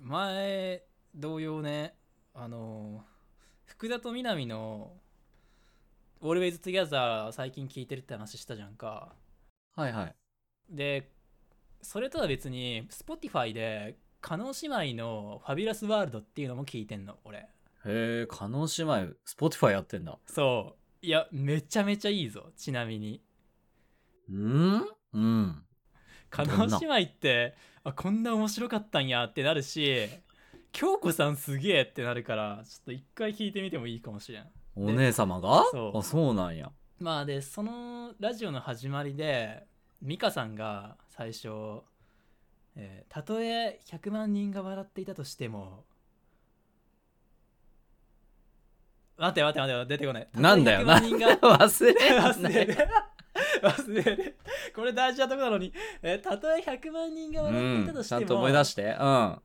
前同様ねあの福田と南の「Always Together」最近聞いてるって話したじゃんかはいはい。でそれとは別に Spotify で叶姉妹の「ファビュラスワールド」っていうのも聞いてんの俺へえ、加納姉妹、Spotify やってんだ。そういやめちゃめちゃいいぞちなみにうんうん。叶どんな姉妹ってあこんな面白かったんやってなるし京子さんすげえってなるからちょっと一回聞いてみてもいいかもしれんお姉様がそうあ、そうなんや。 まあでそのラジオの始まりで美香さんが最初、えーたとえ100万人が笑っていたとしても待って待って待って待って出てこないなんだよたな。とえ100万人が忘れ 忘れる。る 忘れるこれ大事なとこなのに、えーたとえ100万人がう笑っていたんと、しちても、ゃんと思い出して。うん。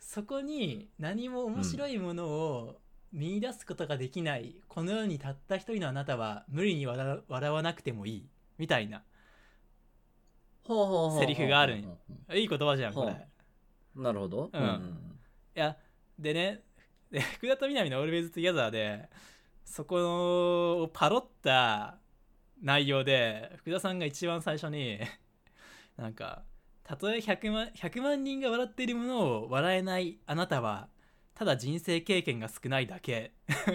そこに何も面白いものを見出すことができない、この世にたった一人のあなたは無理に笑笑わなくてもいいみたいなほうほうセリフがあるんよほうほいい言葉じゃんこれ、はいほうなるほど。うんいやでねで 福田と南の「オールベイズ・トゥ・ギャザーで」そこのをパロった内容で福田さんが一番最初に なんかたとえ100万 ,100 万人が笑っているものを笑えないあなたはただ人生経験が少ないだけ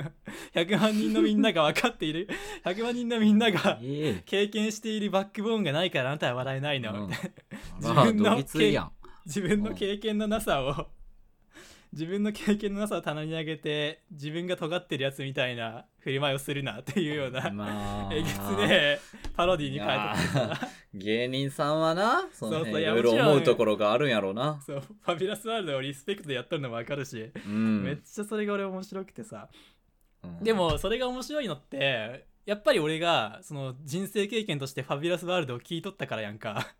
100万人のみんなが分かっている100万人のみんなが ええ経験しているバックボーンがないからあなたは笑えないの、うんみたいな自分のあらどぎついやん。自分の経験のなさを自分の経験のなさを棚に上げて自分が尖ってるやつみたいな振る舞いをするなっていうような、まあえげつねえパロディーに変えてくれたいや芸人さんはな、そそうのそう辺いいやろいもろちろん思うところがあるんやろうな。 そうファビュラスワールドをリスペクトでやっとるのもわかるし、うんめっちゃそれが俺面白くてさうんでもそれが面白いのってやっぱり俺がその人生経験としてファビュラスワールドを聞いとったからやんか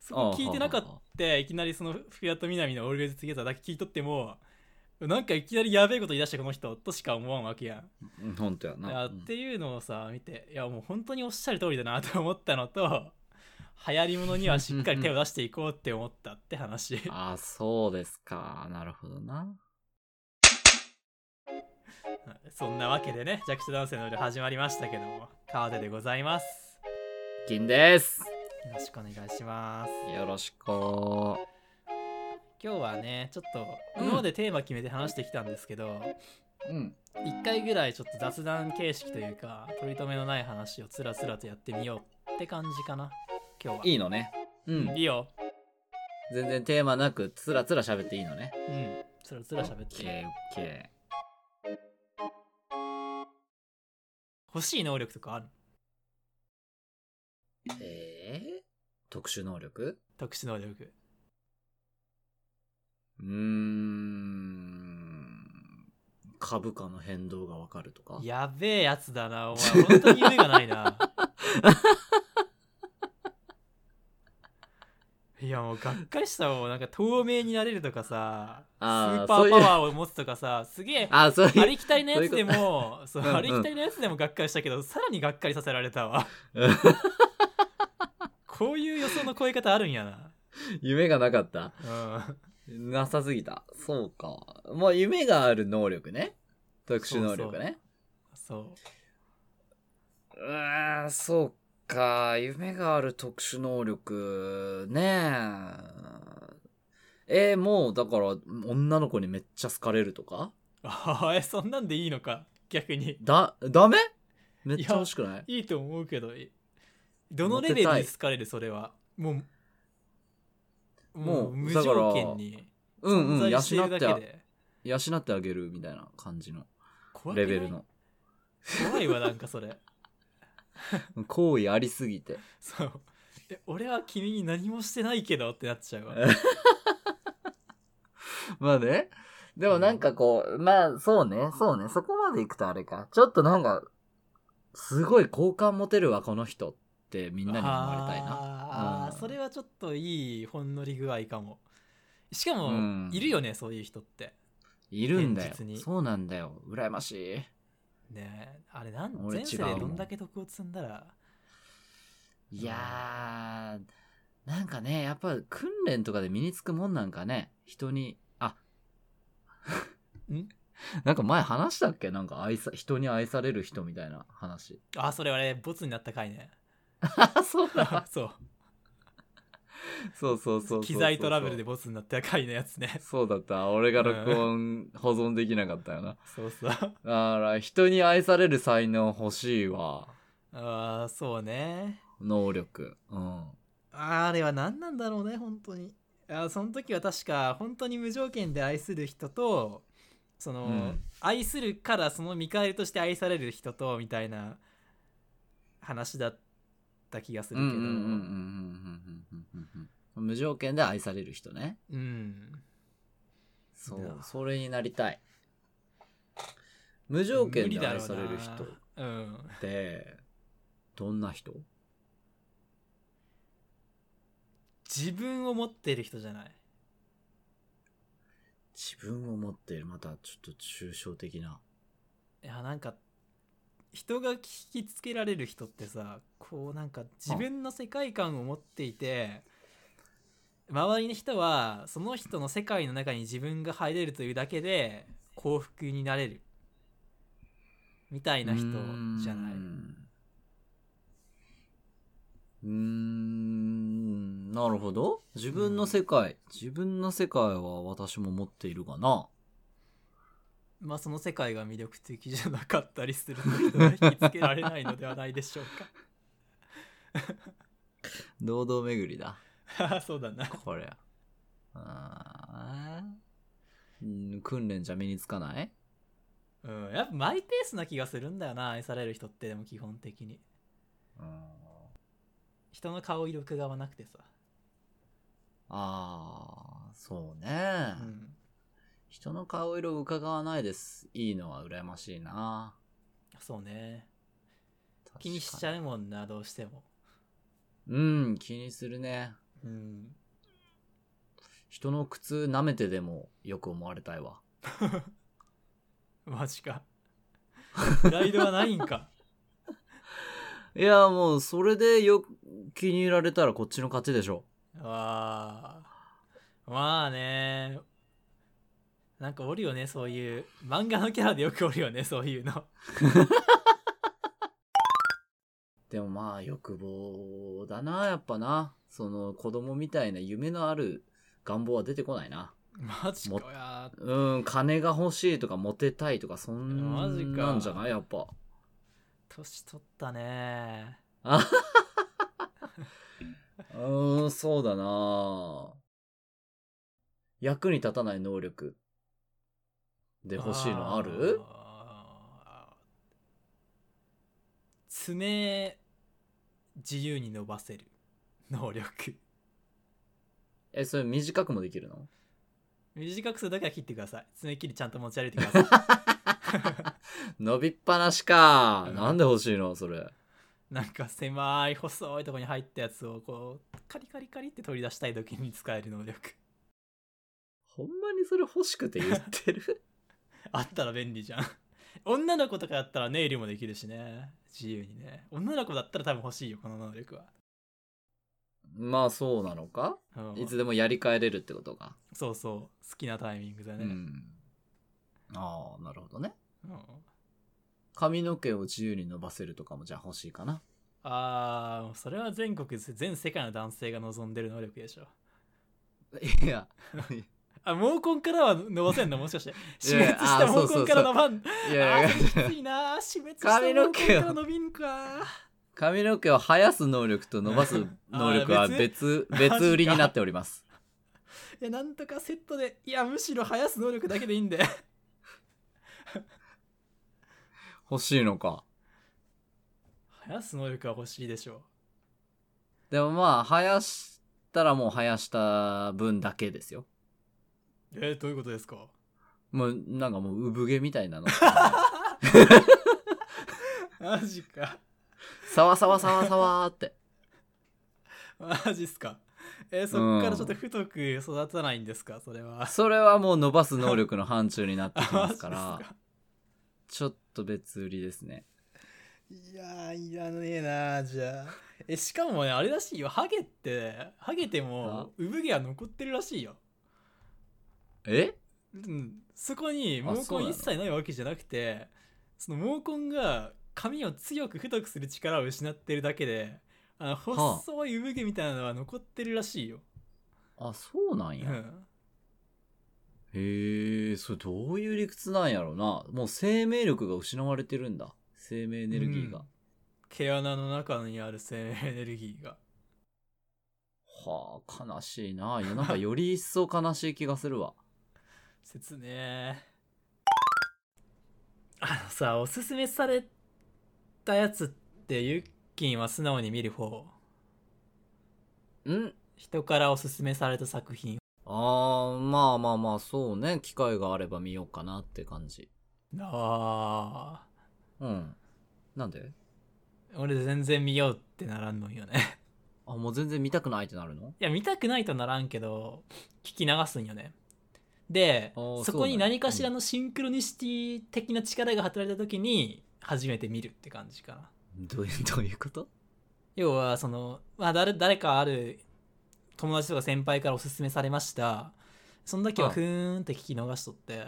そこ聞いてなかったああああっていきなりその福田と南の「オールベイズ・ツゲザー」だけ聞いとってもなんかいきなりやべえこと言い出したこの人としか思わんわけやん。うん本当やいやな。っうんていうのをさ見ていやもう本当におっしゃる通りだなと思ったのと流行りものにはしっかり手を出していこうって思ったって話 あ、そうですか。なるほどな。そんなわけでね弱者男性の夜始まりましたけども川出でございます金です。よろしくお願いしますよろしく。は今日はねちょっとうん今までテーマ決めて話してきたんですけど、うん。 1回ぐらいちょっと雑談形式というか取り留めのない話をつらつらとやってみようって感じかな今日はいいいのね。うん。いいよ全然テーマなく、つらつら喋っていいのね。うんつらつら喋っオッてケー、オッケ欲しい能力とかあるー。えー、特殊能力特殊能力うーん。株価の変動がわかるとか。やべえやつだなお前本当に夢がない ないやもうがっかりしたもんなんか透明になれるとかさスあーーパーパワーを持つとかさすげえあ、そういう ありきたりなやつでもそううんうんありきたりなやつでもがっかりしたけどさらにがっかりさせられた わこういう予想の超え方あるんやな夢がなかったうんなさすぎた。そうか。まあ、夢がある能力ね。特殊能力ね。そううーん、そうか。夢がある特殊能力、ねえ。えーもう、だから、女の子にめっちゃ好かれるとかうあえそんなんでいいのか逆にだ、ダメめっちゃ欲しくないいいと思うけどえどのレベルに好かれるそれはもうももうう無だから条件にうんうん、養在してるっだてけあ、で養ってあげるみたいな感じの怖くなレいベルの。怖いわなんかそれ行為ありすぎて。そうえ俺は君に何もしてないけどってなっちゃうわまあね。でもなんかこう、まあそうね、そうね、そこまで行くとあれか。ちょっとなんか、すごい好感持てるわ、この人ってみんなに思われたいな。あーうんそれはちょっといいほんのり具合かもしかも、うんいるよねそういう人っているんだよ現実に。そうなんだよ。羨ましい。ねえあれなん俺前世で違うもんどんだけ得を積んだらいやー、なんかね、やっぱ訓練とかで身につくもんなんかね、人に、あ、ん なんか前話したっけなんか愛さ、人に愛される人みたいな話。 あそれ俺ボツになった回ねあ、そうだ。そうそうそうそうそうそう。機材トラブルで。ボツになった回のやつねそうだった。俺が録音、保存できなかったよな。そうそうだから、人に愛される才能欲しいわ。ああそうね能力。うん。あれは何なんだろうね本当にあーその時は確か本当に無条件で愛する人とその、うん愛するからその見返りとして愛される人とみたいな話だった気がすうるんけうんどうんうんうんうんうんうん。無条件で愛される人ね。うんそいうや、それになりたい。無条件無理でだろ愛うなされる人っうんて、どんな人自分を持ってる人じゃない自分を持っている、またちょっと抽象的な。いやなんか人が聞きつけられる人ってさこうなんか自分の世界観を持っていて周りの人はその人の世界の中に自分が入れるというだけで幸福になれるみたいな人じゃないうーんうーんなるほど自分の世界、自分の世界は私も持っているがなまあその世界が魅力的じゃなかったりすると人が引きつけられないのではないでしょう堂々巡りだか そうだなこれあーうん訓練じゃ身につかないうんやっぱマイペースな気がするんだよな愛される人ってでも基本的に人の顔色伺わなくてさあーそうね、うん人の顔色を伺わないですいいのは羨ましいなそうね確か気にしちゃうもんなどうしてもうん気にするねうん人の靴舐めてでもよく思われたいわ。マジかプライドはないん かいや、もうそれでよ、気に入られたらこっちの勝ちでしょ。あーまあねなんかおるよねそういう漫画のキャラでよくおるよねそういうのでもまあ欲望だな、やっぱな。その子供みたいな夢のある願望は出てこないな。マジかもいやーうん、金が欲しいとかモテたいとかそマジんかなんじゃないやっぱ。年取ったねうーん、そうだな役に立たない能力で欲しいのあるあー爪自由に伸ばせる能力え、それ短くもできるの短くするだけは切ってください爪切りちゃんと持ち歩いてください伸びっぱなしか、うんなんで欲しいのそれ なんか狭い細いとこに入ったやつをこうカリカリカリって取り出したい時に使える能力ほんまにそれ欲しくて言ってるあったら便利じゃん女の子とかだったらネイルもできるしね自由にね女の子だったら多分欲しいよこの能力は、 まあそうなのかうんいつでもやり替えれるってことか、そうそう好きなタイミングだうね、んああなるほどねうん髪の毛を自由に伸ばせるとかもじゃあ欲しいかなあーそれは全国全世界の男性が望んでる能力でしょいやあ毛根からは伸ばせんのもしかして死い滅しやたあーそ毛うそうそ根うから伸ばんいあやいやーそれきついなー死滅した髪の毛毛根をから伸びんか髪の毛を生やす能力と伸ば す能力はあー別 別別売りになっておりますいやなんとかセットでいやむしろ生やす能力だけでいいん で欲しいのか生やす能力は欲しいでしょでもまあ生やしたらもう生やした分だけですようえーどういうことですかもうなんかもう産毛みたいな のマジかサワサワサワサワーってマジっすかえーそっからちょっと太く育たないんですかそれはそれはもう伸ばす能力の範疇になってきあマまジっすすから かちょっと別売りですねいやーいらねえなーじゃあえしかもねあれらしいよハゲってハゲても産毛は残ってるらしいよえうん、そこに毛そう根なの一切ないわけじゃなくてその毛根が髪を強く太くする力を失ってるだけであのあ細い産毛みたいなのは残ってるらしいよ、あ、そうなんや。うん、へえ、それどういう理屈なんやろうな。もう生命力が失われてるんだ。生命エネルギーが。うん毛穴の中にある生命エネルギーがはあ、悲しいな。いや、なんかより一層悲しい気がする わ。説明あのさおすすめされたやつってユッキンは素直に見る方ん人からおすすめされた作品ああ、まあまあまあ、そうね。機会があれば見ようかなって感じ。あうん。なんでー俺全然見ようってならんのよね あ、もう全然見たくないってなるのいや見たくないとならんけど聞き流すんよねであーそこそにうだね何かしらのシンクロニシティ的な力が働いた時に初めて見るって感じかなどういう、 どういうこと要はその、まあ、誰誰かある友達とか先輩からおすすめされましたその時はうんふーんって聞き逃しとって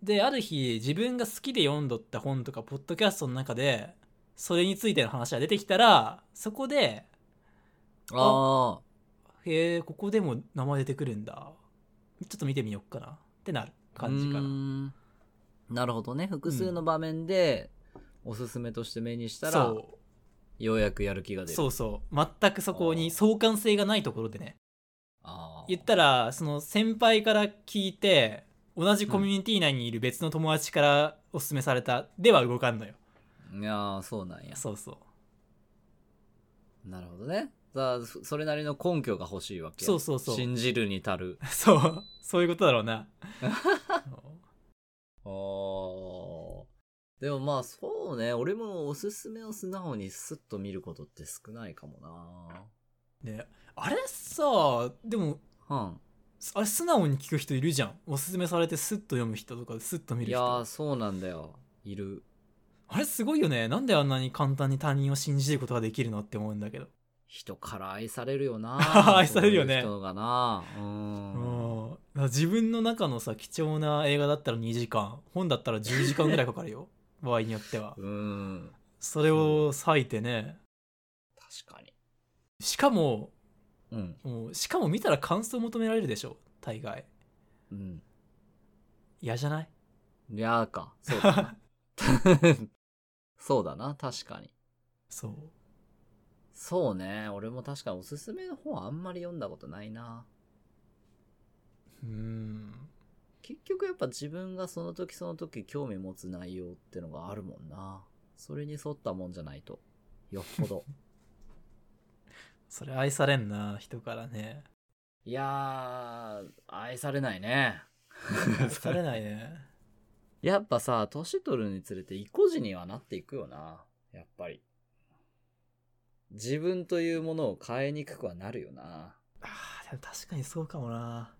である日自分が好きで読んどった本とかポッドキャストの中でそれについての話が出てきたらそこであ「へえここでも名前出てくるんだちょっと見てみよっかな」ってなるあ、感じかなうーんなるほどね。複数の場面で、おすすめとして目にしたら、そようやくやる気がう出る。そうそう全くそこに相関性がないところでねあー言ったらその先輩から聞いて同じコミュニティ内にいる別の友達からおすすめされたでは動かんのよ、いやーそうなんや。そうそうなるほどね。さあ、そそれなりの根拠が欲しいわけや。そうそうそう 信じるに足る。そうそういうことだろう なあーでもまあそうね、俺もおすすめを素直にスッと見ることって少ないかもであれさでもなうん。あれ素直に聞く人いるじゃんおすすめされてスッと読む人とかスッと見いるやー人そうなんだよ。いる。あれすごいよねなんであんなに簡単に他人を信じることができるのって思うんだけど人から愛されるよな 愛されるよねそういう人がなう。うんんだから自分の中のさ貴重な映画だったら2時間本だったら10時間ぐらいかかる よ場合によってはうん。それを割いてね確かに。しかもうん。もうしかも見たら感想求められるでしょ大概うん。嫌じゃないいやーか。そう だな。そうだな、確かに。そうそうね。俺も確かにおすすめの本あんまり読んだことないな。うーん結局やっぱ自分がその時その時興味持つ内容ってのがあるもんな。それに沿ったもんじゃないと。よっぽど。それ愛されんな人からね いやー、愛されないね。愛されないねやっぱさ、年取るにつれて意固地にはなっていくよな。やっぱり。自分というものを変えにくくはなるよな。あーでも確かにそうかもな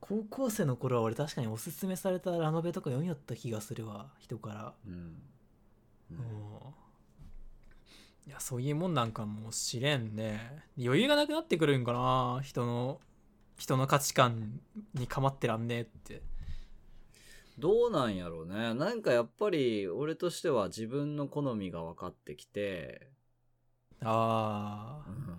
高校生の頃は俺確かにおすすめされたラノベとか読みよった気がするわ人からうん。うんうんいやそういうもんなんかもしれんね余裕がなくなってくるんかな人の人の価値観に構ってらんねえってどうなんやろうね。なんかやっぱり俺としては自分の好みが分かってきて、あうん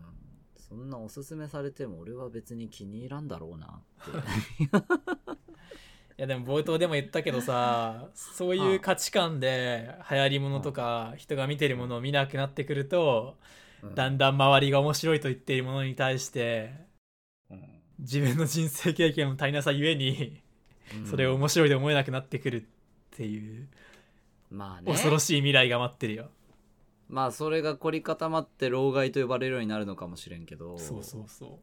そんなおすすめされても俺は別に気に入らんだろうなって。 ーいやでも冒頭でも言ったけどさそういう価値観で流行りものとか人が見てるものを見なくなってくるとうんだんだん周りが面白いと言っているものに対してうん自分の人生経験の足りなさゆえにそれを面白いと思えなくなってくるっていうまあね、恐ろしい未来が待ってるよ。まあそれが凝り固まって老害と呼ばれるようになるのかもしれんけどそうそうそう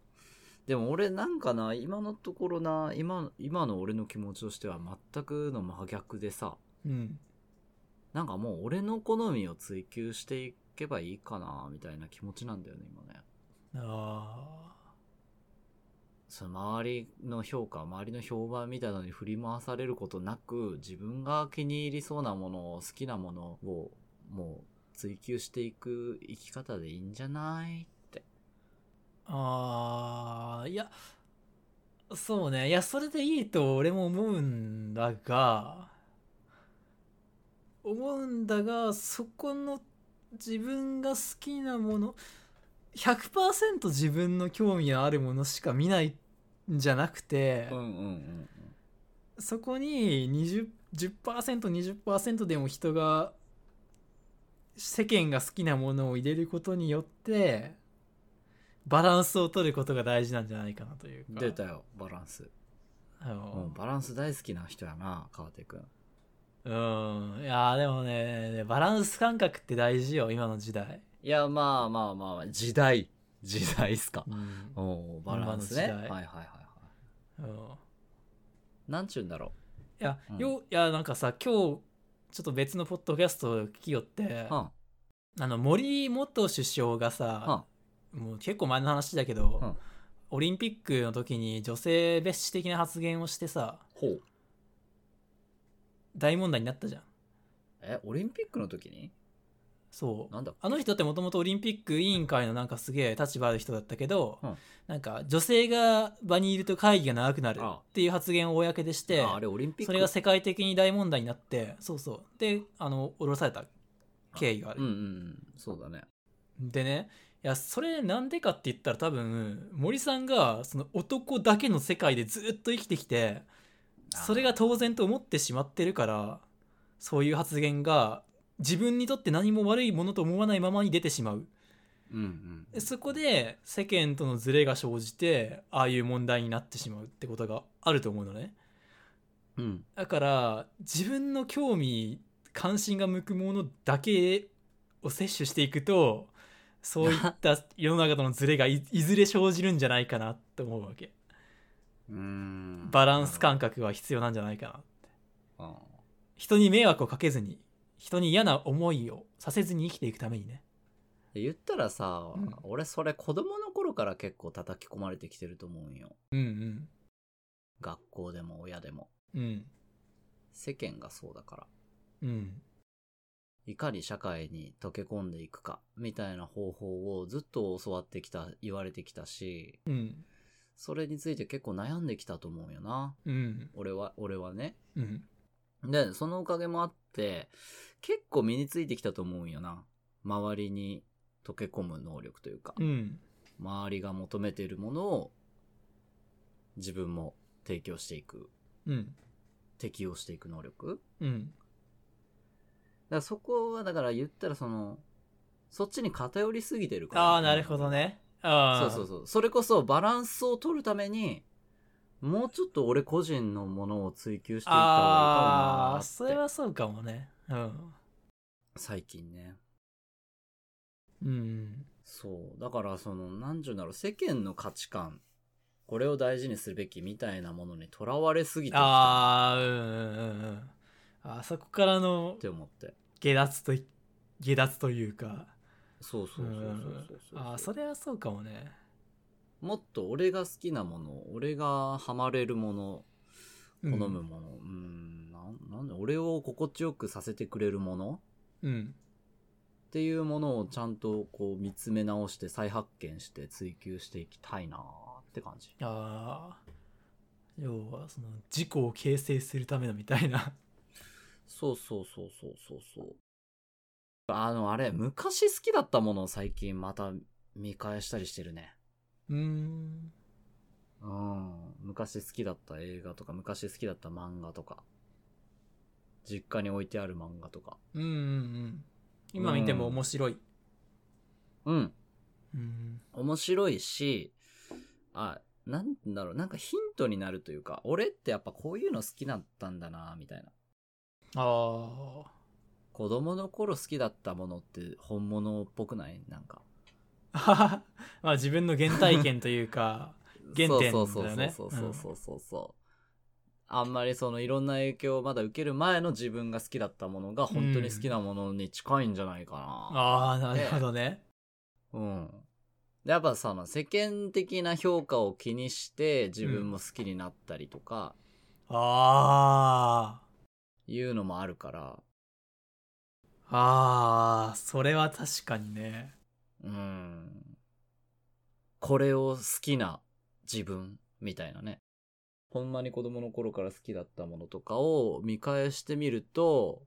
でも俺なんかな今のところな今今の俺の気持ちとしては全くの真逆でさうん、なんかもう俺の好みを追求していけばいいかなみたいな気持ちなんだよね今ねあその周りの評価周りの評判みたいなのに振り回されることなく自分が気に入りそうなものを好きなものをもう追求していく生き方でいいんじゃないってーあーいやそうねいやそれでいいと俺も思うんだが思うんだがそこの自分が好きなもの100%自分の興味のあるものしか見ないんじゃなくて、うんうんうんそこに 20- 10%20% でも人が世間が好きなものを入れることによってバランスを取ることが大事なんじゃないかなといううんか出たよバランス、あうん、のバランス大好きな人やな川手くんうんいやーでもねバランス感覚って大事よ今の時代、いやまあまあまあまあ時代時代っすかうんおーバランスねはい今の時はい代はいはいなんちゅうんだろいや、うんよいやなんかさ今日ちょっと別のポッドキャストを聞きよってうはあの森元首相がさ、んはもう結構前の話だけど、うんオリンピックの時に女性蔑視的な発言をしてさほう大問題になったじゃんえオリンピックの時にそうなんだあの人ってもともとオリンピック委員会のなんかすげえ立場ある人だったけど、うんなんか女性が場にいると会議が長くなるああっていう発言を公でしてああれオリンピックそれが世界的に大問題になってそうそうであの降ろされた経緯があるうんうんうんそうだねでねいやそれなんでかって言ったら多分森さんがその男だけの世界でずっと生きてきてあーそれが当然と思ってしまってるからそういう発言が自分にとって何も悪いものと思わないままに出てしまううんうんでそこで世間とのズレが生じてああいう問題になってしまうってことがあると思うのねうんだから自分の興味関心が向くものだけを摂取していくとそういった 世の中とのズレがいいずれ生じるんじゃないかなと思うわけうーんバランス感覚は必要なんじゃないかなうん人に迷惑をかけずに人に嫌な思いをさせずに生きていくためにね言ったらさ、うん俺それ子供の頃から結構叩き込まれてきてると思うんようん学校でも親でもうんうん世間がそうだからうんいかに社会に溶け込んでいくかみたいな方法をずっと教わってきた言われてきたしうんそれについて結構悩んできたと思うんよなうん俺は俺はねうんでそのおかげもあって結構身についてきたと思うんよな周りに溶け込む能力というか、うん周りが求めているものを自分も提供していくうん適応していく能力うんだからそこはだから言ったらそのそっちに偏りすぎてるからああなるほどねああそうそうそうそれこそバランスを取るためにもうちょっと俺個人のものを追求していった方あがいいかもなーっあてそれはそうかもねうん最近ねうんそうだからその何て言うんだろう世間の価値観これを大事にすべきみたいなものにとらわれすぎてきたなああうんうんうんうんあそこからのって思って下脱とい下脱というかそうそうそうそうそうそううんあーそれはそうかもねもっと俺が好きなもの俺がハマれるもの好好むものうんなんなんで俺を心地よくさせてくれるものうんっていうものをちゃんとこう見つめ直して再発見して追求していきたいなーって感じああ要はその自己を形成するためのみたいなそうそうそうそうそうそうあのあれ昔好きだったものを最近また見返したりしてるねうーんうん昔好きだった映画とか昔好きだった漫画とか実家に置いてある漫画とかうんうんうん今見ても面白いうんうん面白いし、あ、なんだろう、なんかヒントになるというか、俺ってやっぱこういうの好きだったんだな、みたいな。ああ子供の頃好きだったものって本物っぽくないなんか。あはは まあ自分の原体験というか原点だよねそうそうそうそうそうそうそうそう。あんまりそのいろんな影響をまだ受ける前の自分が好きだったものが本当に好きなものに近いんじゃないかな。 ああなるほどねうん。でやっぱその世間的な評価を気にして自分も好きになったりとか、ああいうのもあるから、ああそれは確かにねうん。これを好きな自分みたいなね。ほんまに子供の頃から好きだったものとかを見返してみると、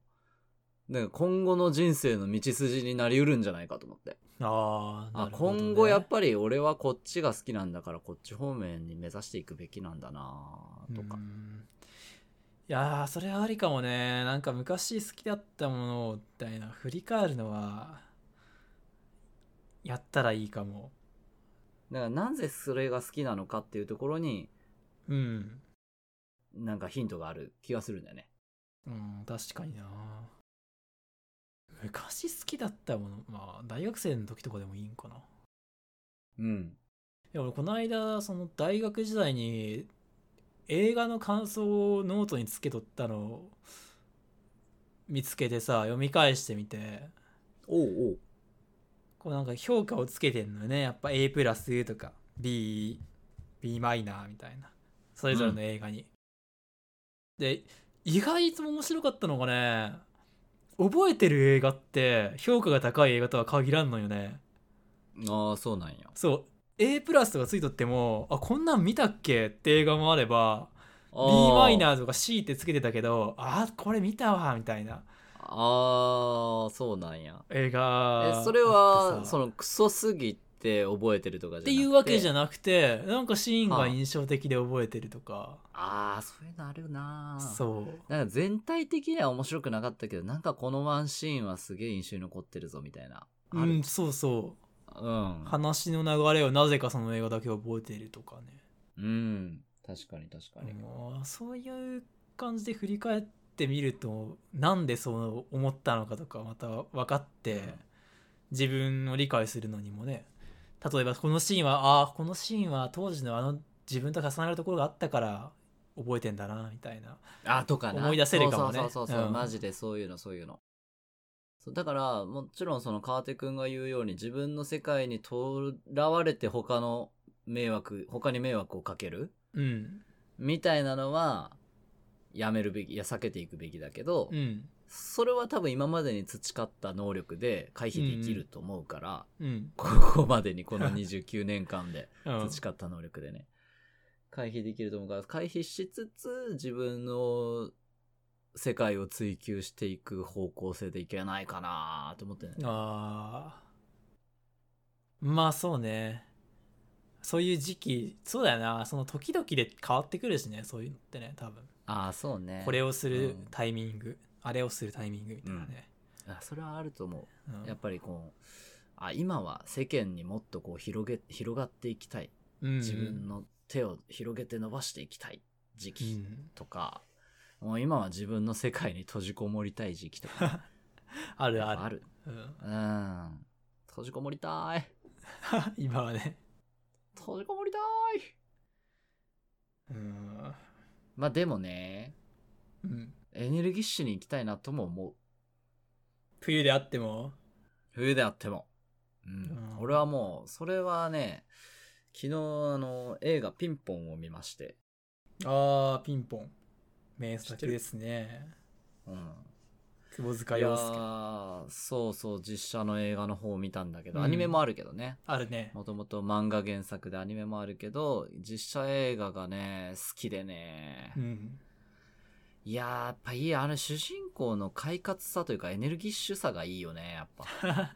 なんか今後の人生の道筋になりうるんじゃないかと思って。ああ、なあるほどね今後やっぱり俺はこっちが好きなんだからこっち方面に目指していくべきなんだなとかう。んいやーそれはありかもねなんか昔好きだったものをみたいな振り返るのはやったらいいかもだからなぜそれが好きなのかっていうところにうん、なんかヒントがある気がするんだよね。うん、確かにな昔好きだったものまあ大学生の時とかでもいいんかなうん。いや俺この間その大学時代に映画の感想をノートにつけとったのを見つけてさ読み返してみておうおう。こうなんか評価をつけてんのよねやっぱ A プラスとか BB マイナーみたいなそれぞれの映画に、で意外と面白かったのがね覚えてる映画って評価が高い映画とは限らんのよねああ、そうなんや。そう A プラスとかついとってもあこんなん見たっけって映画もあれば B マイー。ナーとか C ってつけてたけどあこれ見たわみたいなああ、そうなんや。映画え、それあっは、てさそのクソすぎて覚えてるとかじゃなっくてて。いうわけじゃん。なくてなんかシーンはがあ印象的で覚えてるとか、ああ、そういうのあるなーそうなんか全体的には面白くなかったけど、なんかこのワンシーンはすげえ印象に残ってるぞみたいな。うある。んそうそううん。話の流れをなぜかその映画だけ覚えているとかね、うん。確かに確かに。もうそういう感じで振り返ってみるとなんでそう思ったのかとかまた分かって、うん自分を理解するのにもね例えばこのシーンはああこのシーンは当時のあの自分と重なるところがあったから覚えてんだなみたいなあ、とかな。思い出せるかもねそうそうそうそう、うんマジでそういうの、そういうの。そうだから、もちろんその川手くんが言うように自分の世界にとらわれて他の迷惑、他に迷惑をかけるうんみたいなのは、やめるべき、いや、避けていくべきだけど、うんそれは多分今までに培った能力で回避できると思うから、うんここまで にこの29年間で。うん培った能力でね、回避できると思うから回避しつつ自分の世界を追求していく方向性でいけないかなと思ってねあーまあそうねそういう時期そうだよなその時々で変わってくるしねそういうのってね多分ああそうねこれをするうんタイミング、あれをするタイミングみたいなね、あそれはあると思うんうやっぱりこうあ今は世間にもっとこう広げ広がっていきたいうん自分の手を広げて伸ばしていきたい時う期んとか、もう今は自分の世界に閉じこもりたい時期 とかあるあるあるうん、 うん閉じこもりたい今はね閉じこもりたいうん、まあでもね、うん、エネルギッシュに行きたいなとも思う。冬であっても冬であっても。うん。うん俺はもう、それはね、昨日、あの、映画ピンポンを見まして。あーピンポン名知って作るですねうん。窪塚いや洋介ーそうそう、実写の映画の方を見たんだけど、うんアニメもあるけどね。あるねもともと漫画原作でアニメもあるけど、実写映画がね、好きでね。うんいやー、やっぱいい、あの主人公の快活さというかエネルギッシュさがいいよね、やっぱ。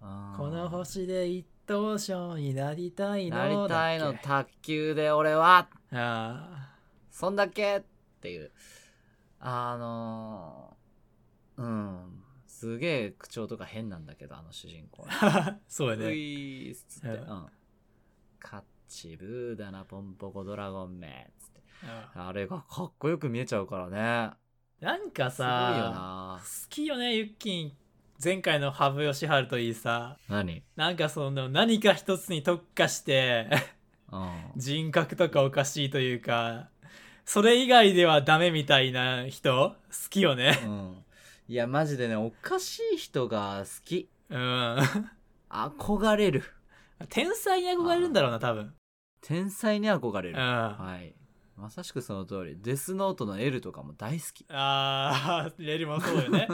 あーこの星で一等賞になりたいのなりたいだっのけ卓球で俺はあそんだけっていうあのーうんすげえ口調とか変なんだけどあの主人公 あそうやうねいーっつって、ううんんカッチブーダナポンポコドラゴンめっつってうんあれがかっこよく見えちゃうからねなんかすごいよさ好なきよねゆっきん前回の羽生善治といいさ何なんかその何か一つに特化して うん人格とかおかしいというかそれ以外ではダメみたいな人好きよねうんいやマジでねおかしい人が好きうん 憧れる天才に憧れるんだろうな多分天才に憧れうんるあはい。まさしくその通り。デスノートの L とかも大好き。あーレリもそうよ ね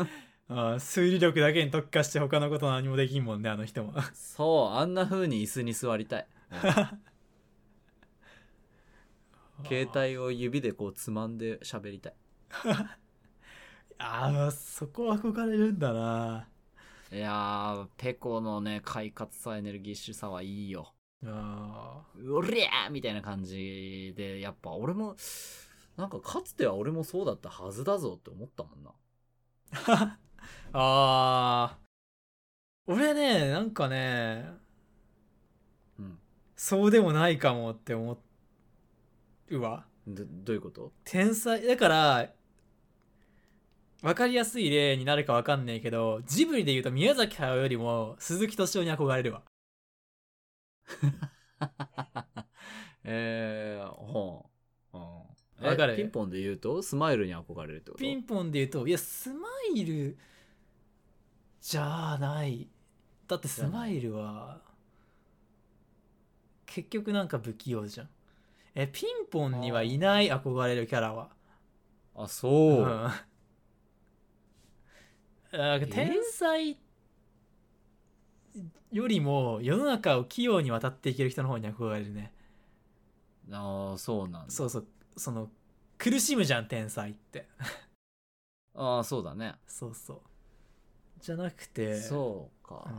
うん推理力だけに特化して他のこと何もできんもんねあの人もそう、あんな風に椅子に座りたい。携帯を指でこうつまんで喋りたい。あーそこ憧れるんだないやー、ペコのね、快活さ、エネルギッシュさはいいよ。あうりゃーみたいな感じで、やっぱ俺も、なんかかつては俺もそうだったはずだぞって思ったもんな。ーあー俺ねなんかねうん。そうでもないかもって思うわど、どういうこと天才だから分かりやすい例になるか分かんないけどジブリで言うと宮崎駿よりも鈴木敏夫に憧れるわえー、ほう。うん。わかるえピンポンで言うと、スマイルに憧れるってことピンポンで言うといやスマイルじゃないだってスマイルは結局なんか不器用じゃんえピンポンにはいない憧れるキャラはあ、そう。うんなんか天才よりも世の中を器用に渡っていける人の方に憧れるねああ、そうなんだ。そうそうその苦しむじゃん天才ってああ、そうだね。そうそうじゃなくてそうか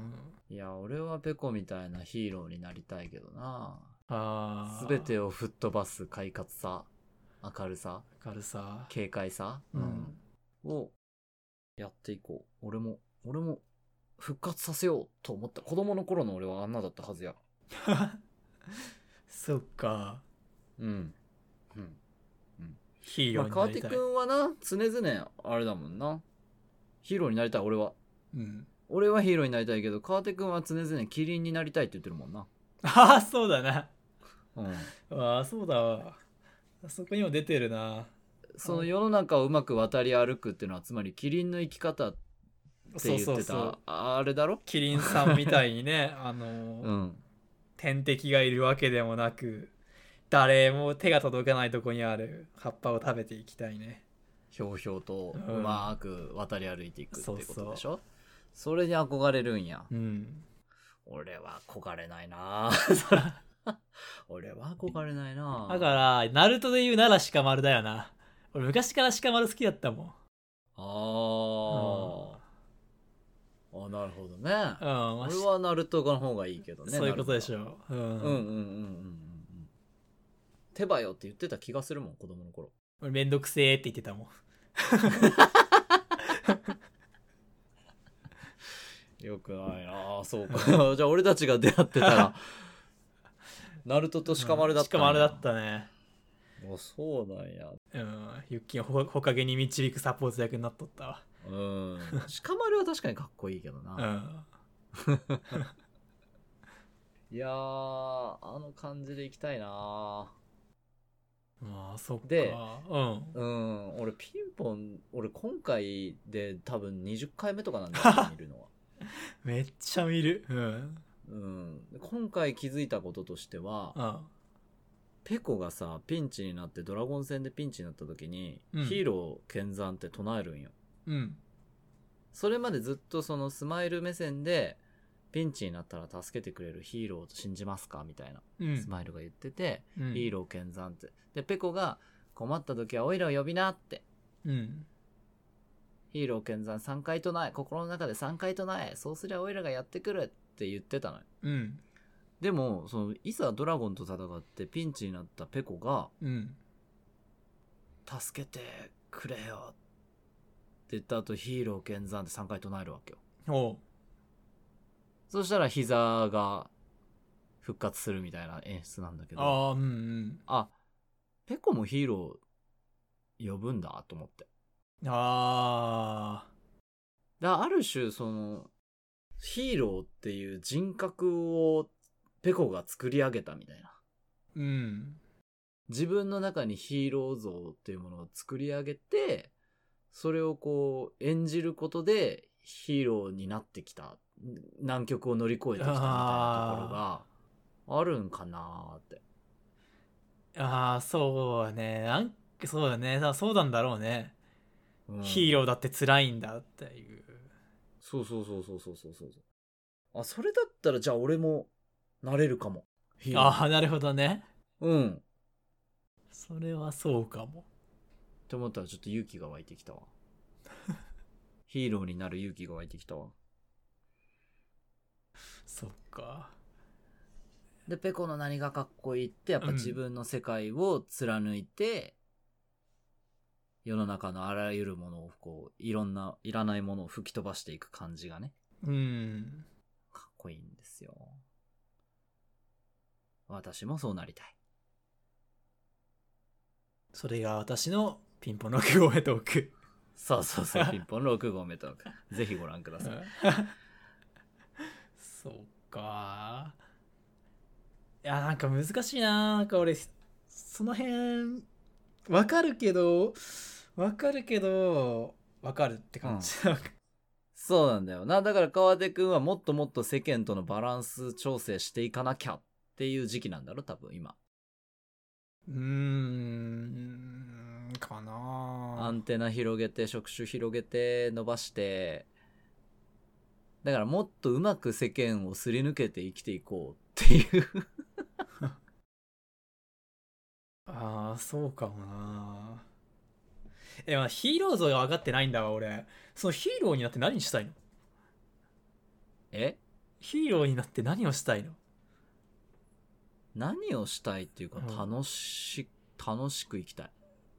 う、ん、いや、俺はペコみたいなヒーローになりたいけどな。あすべてをを吹っ飛ばす快活さ、明るさ、かるさ軽快さ、うんをやっていこう。俺も、俺も復活させようと思った。子供の頃の俺はあんなだったはずや。そっかうん。うん。ヒーまロあ、ーにな川手りたい、くんはな、常々、あれだもんな。ヒーローになりたい、俺は。うん、俺はヒーローになりたいけど、川手くんは常々キリンになりたいって言ってるもんな。ああそうだなうん。ああそうだわあそこにも出てるなその世の中をうまく渡り歩くっていうのは、つまりキリンの生き方ってそう言ってた、そうそうあれだろキリンさんみたいにね あの、うん。天敵がいるわけでもなく誰も手が届かないとこにある葉っぱを食べていきたいねひょうひょうとううんまく渡り歩いていくっていうことでしそょ、それに憧れるんや。うん俺は憧れないな 俺は憧れないなだからナルトで言うなら鹿丸だよな俺昔から鹿丸好きだったもんあーあ、なるほどうね。ん、まあ俺はナルトの方がいいけどね。そういうことでしょ。ょう、んうんうんうんうんうんうん。手羽よって言ってた気がするもん、子供の頃。俺めんどくせえって言ってたもんよくないなあそうか。じ ゃあ俺たちが出会ってた ら、ナルトと鹿丸だったん鹿や。丸だったねあそうなんや。うんユッキンをほほかげに導くサポート役になっとったわうん。鹿丸は確かにかっこいいけどな。うんいやー、あの感じで行きたいなまあそっかでうんうん、俺ピンポン、俺今回で多分20回目とかなんだよ、見る のは。めっちゃ見るうんうん。今回気づいたこととしては、うんペコがさ、ピンチになって、ドラゴン戦でピンチになった時に、うんヒーロー剣山って唱えるんよ。うんそれまでずっとそのスマイル目線で、ピンチになったら助けてくれるヒーローと信じますかみたいな、うんスマイルが言ってて、うんヒーロー剣山って。で、ペコが困った時はオイラを呼びなって。うんヒーロー剣山3回唱え、心の中で3回唱え、そうすりゃオイラがやってくるって言ってたのよ。うんでも、その、いざドラゴンと戦ってピンチになったペコが、うん助けてくれよって言った後、ヒーロー剣山って3回唱えるわけよ。おうそしたら膝が復活するみたいな演出なんだけど、ああうんうんあ、ペコもヒーロー呼ぶんだと思って。ああだからある種、その、ヒーローっていう人格をペコが作り上げたみたいな。うん自分の中にヒーロー像っていうものを作り上げて、それをこう演じることでヒーローになってきた、難局を乗り越えてきたみたいなところがあるんかなーって。ああそうねなんかそうだねさそうなんだろうね、ヒーロー。ローだって辛いんだっていうそうそうそうそうそうそうそう。あ、それだったらじゃあ俺もなれるかも。ヒーロー。ああなるほどねうん。それはそうかもって思ったらちょっと勇気が湧いてき たわ。ヒーローになる勇気が湧いてきたわ。そっかで、ペコの何がかっこいいって、やっぱうん自分の世界を貫いて、世の中のあらゆるものをこう、いろんな、いらないものを吹き飛ばしていく感じがね、うんかっこいいんですよ。私もそうなりたい。それが私のピンポンの9合目トークそうそう そう、ピンポン6号目トーク。ぜひご覧ください。 そうかいやなんか難しいななんか俺その辺わかるけどわかるけどわかるって感じ、そうなんだよな。だから川手くんはもっともっと世間とのバランス調整していかなきゃっていう時期なんだろ、多分今。うーんかなアンテナ広げて、触手広げて、伸ばして。だからもっとうまく世間をすり抜けて生きていこうっていう。 ああそうかもなえまあヒーロー像が分かってないんだわ俺そのヒーローになって何したいのえヒーローになって何をしたいの何をしたいっていうかうん、楽し、楽しく生きたい。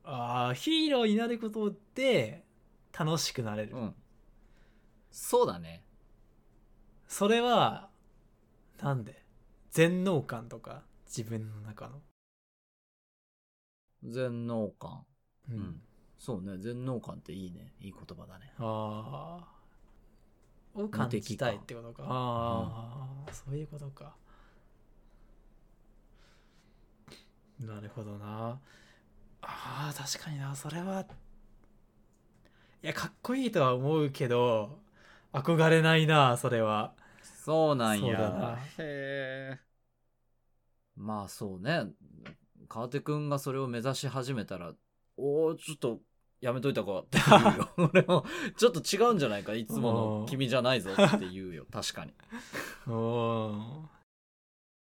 ああヒーローになることで楽しくなれる、うん。そうだね。それはなんで全能感とか自分の中の全能感。ううん。そうね。全能感っていいね。いい言葉だね。ああを感じたいってことかああ、そういうことかなるほどなあー確かになそれはいやかっこいいとは思うけど憧れないなそれはそうなんそうや。だなへえ。まあそうね。川手くんがそれを目指し始めたら、おー、ちょっと、やめといたかって 言うよ。俺も、ちょっと違うんじゃないか、いつもの君じゃないぞって言 うよ。確かに。うん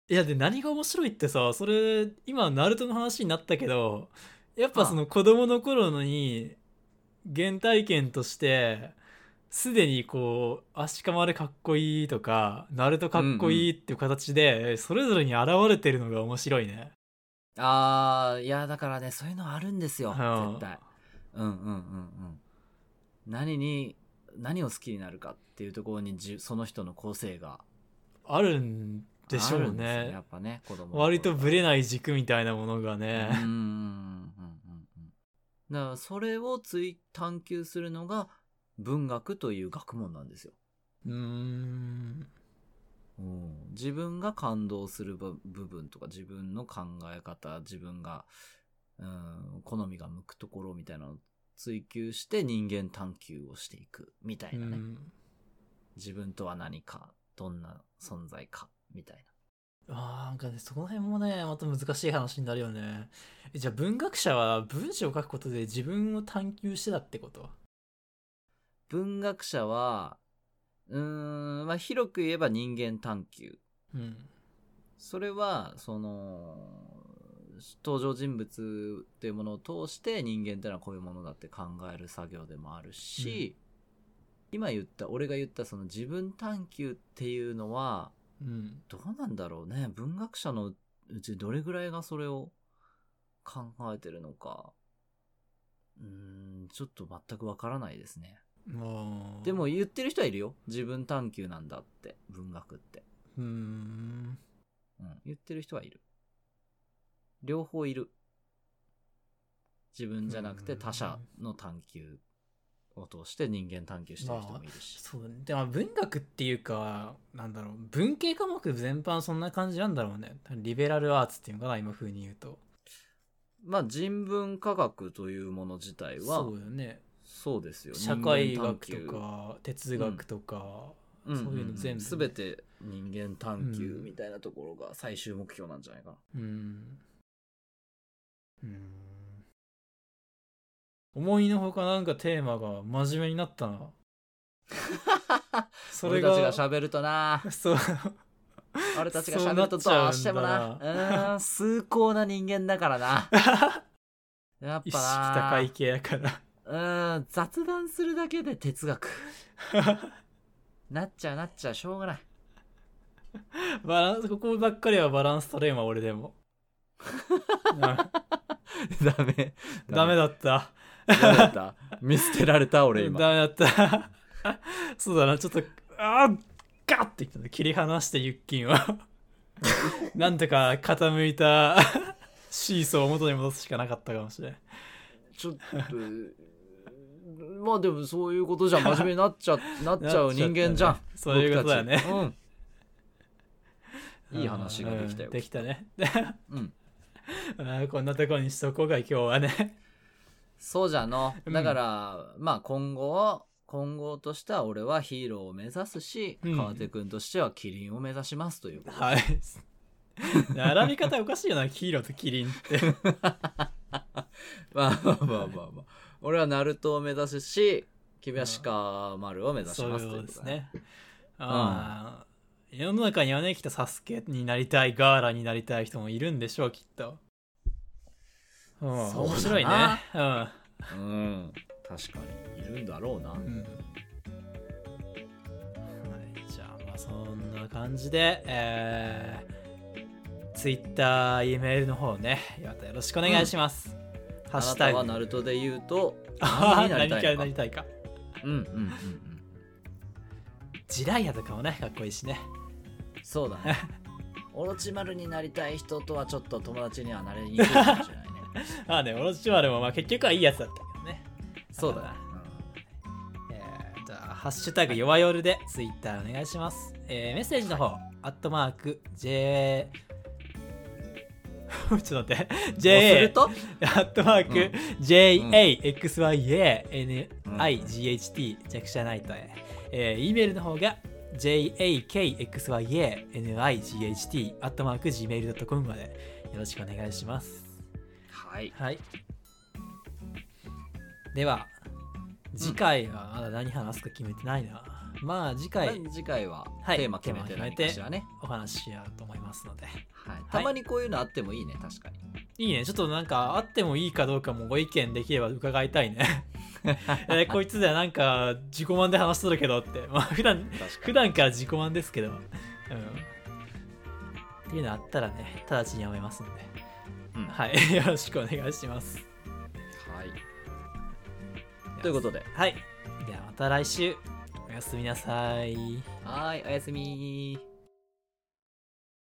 いやで何が面白いってさそれ今ナルトの話になったけどやっぱその子供の頃のに原体験としてすでにこう「足利丸かっこいい」とか「ナルトかっこいい」っていう形でそれぞれに現れてるのが面白いね。あー、いや、だからね、そういうのあるんですよ。うん絶対。うんうんうんうん。何に、何を好きになるかっていうところにじ、その人の個性があるんあるんでしょうですよやねっ。ぱね、子供の頃割とブレからない軸みたいなものがうんうんね。うんうんうんだからそれを追探求するのが文学という学問なんですよ。うーん。自分が感動する部部分とか自分の考え方自分が、うん、好みが向くところみたいなのを追求して人間探求をしていくみたいなね、うん自分とは何かどんな存在かみたいな。あーなんかねそこら辺もねまた難しい話になるよねえじゃあ文学者は文章を書くことで自分を探求してたってこと文学者はうーん、まあ、広く言えば人間探求うんそれはその登場人物っていうものを通して人間ってのはこういうものだって考える作業でもあるし、今言った俺が言ったその自分探求っていうのはうんどうなんだろうね文学者のうちどれぐらいがそれを考えてるのかうーんちょっと全くわからないですねもうでも言ってる人はいるよ自分探求なんだって文学ってうーんうん、言ってる人はいる。両方いる。自分じゃなくてうん他者の探求を通して人間探求してる人もいるし。そうだねでも文学っていうかなんだろう文系科目全般そんな感じなんだろうねリベラルアーツっていうのかな今風に言うとまあ人文科学というもの自体はそうだよねそうですよ。社会人間探学求と、か哲学とか、うんうんうんそういうの全部全て人間探求うんみたいなところが最終目標なんじゃないかな。うん。うん。思いのほかなんかテーマが真面目にな ったな。それ俺が。 たちが喋るとなそう。俺たちが喋るとどうしてもなそうなっちゃうんうーん崇高な人間だか らなやっ意識ぱ高ない系やから。 うーん雑談するだけで哲 学なっちゃうなっちゃうしょうがないバランス、ここばっかりはバランス取れんわ、俺でも。うんダメダメだった。ダメだった見捨てられた俺うん今ダメだった。 そうだな、ちょっと、あーガッてきたの切り離して、ユッキンを。 なんとか傾いた シーソーを元に戻すしかなかったかもしれん。ちょっと まあでもそういうことじゃん真面目になっ ちゃなっちゃう人間じゃん、なっちゃったねそういうことだね僕たち うんいい話ができたようんできたね。 うんあーこんなとこにしとこうか、今日はね。 そうじゃのうんだから、まあ今後今後としては俺はヒーローを目指すし、うん川手君としてはキリンを目指しますということはい。並び方おかしいよな、ヒーローとキリン って。まあまあまあまあ、まあ、俺はナルトを目指すし君は鹿丸を目指しそうますいうといこうことですとだねね。ああ、世の中にはね、きっとサスケになりたい、ガーラになりたい人もいるんでしょう、きっと。うん、そうだな面白いね。うん。うん確かにいるんだろうな、うんはい、じゃあ、まあそんな感じで、えー、Twitter、E メールの方ね、またよろしくお願いします。ハッあシュタなたグは。ナルトで言う とあ何になり何たかいのかなりたいか。うんうんうんうんジライアとかもね、かっこいいしね。そう だねオロチマルになりたい人とはちょっと友達にはなれにくいかもしれないね まあね、オロチマルも、まあ、結局はいいやつだったけどね。そうだね、えーじゃあ、ハッシュタグ弱夜でツイッターお願いします。えーメッセージの方、アットマーク、J、ちょっと待って、うん、す JA る、とアットマーうんク、JAXYANIGHT、弱者ナイトへ。えー、E メールの方が、JAKXYANIGHT、アットマーク、Gmail.com までよろしくお願いします。はいはい。では、次回はまだ何話すか決めてないな。まあ次回次回ははいテーマ決めて何かしらね、お話ししようと思いますので。はい、たまにこういうのあってもいいね確かにいいね、ちょっとなんかあってもいいかどうかもご意見できれば伺いたい ね。えーこいつではなんか自己満で話しとるけどって、まあ普段、確か普に段から自己満ですけど。うん。っていうのあったらね、直ちにやめますので。うんはい、 よろしくお願いします。はいということではい。ではまた来週。おやすみなさい。はいおやすみ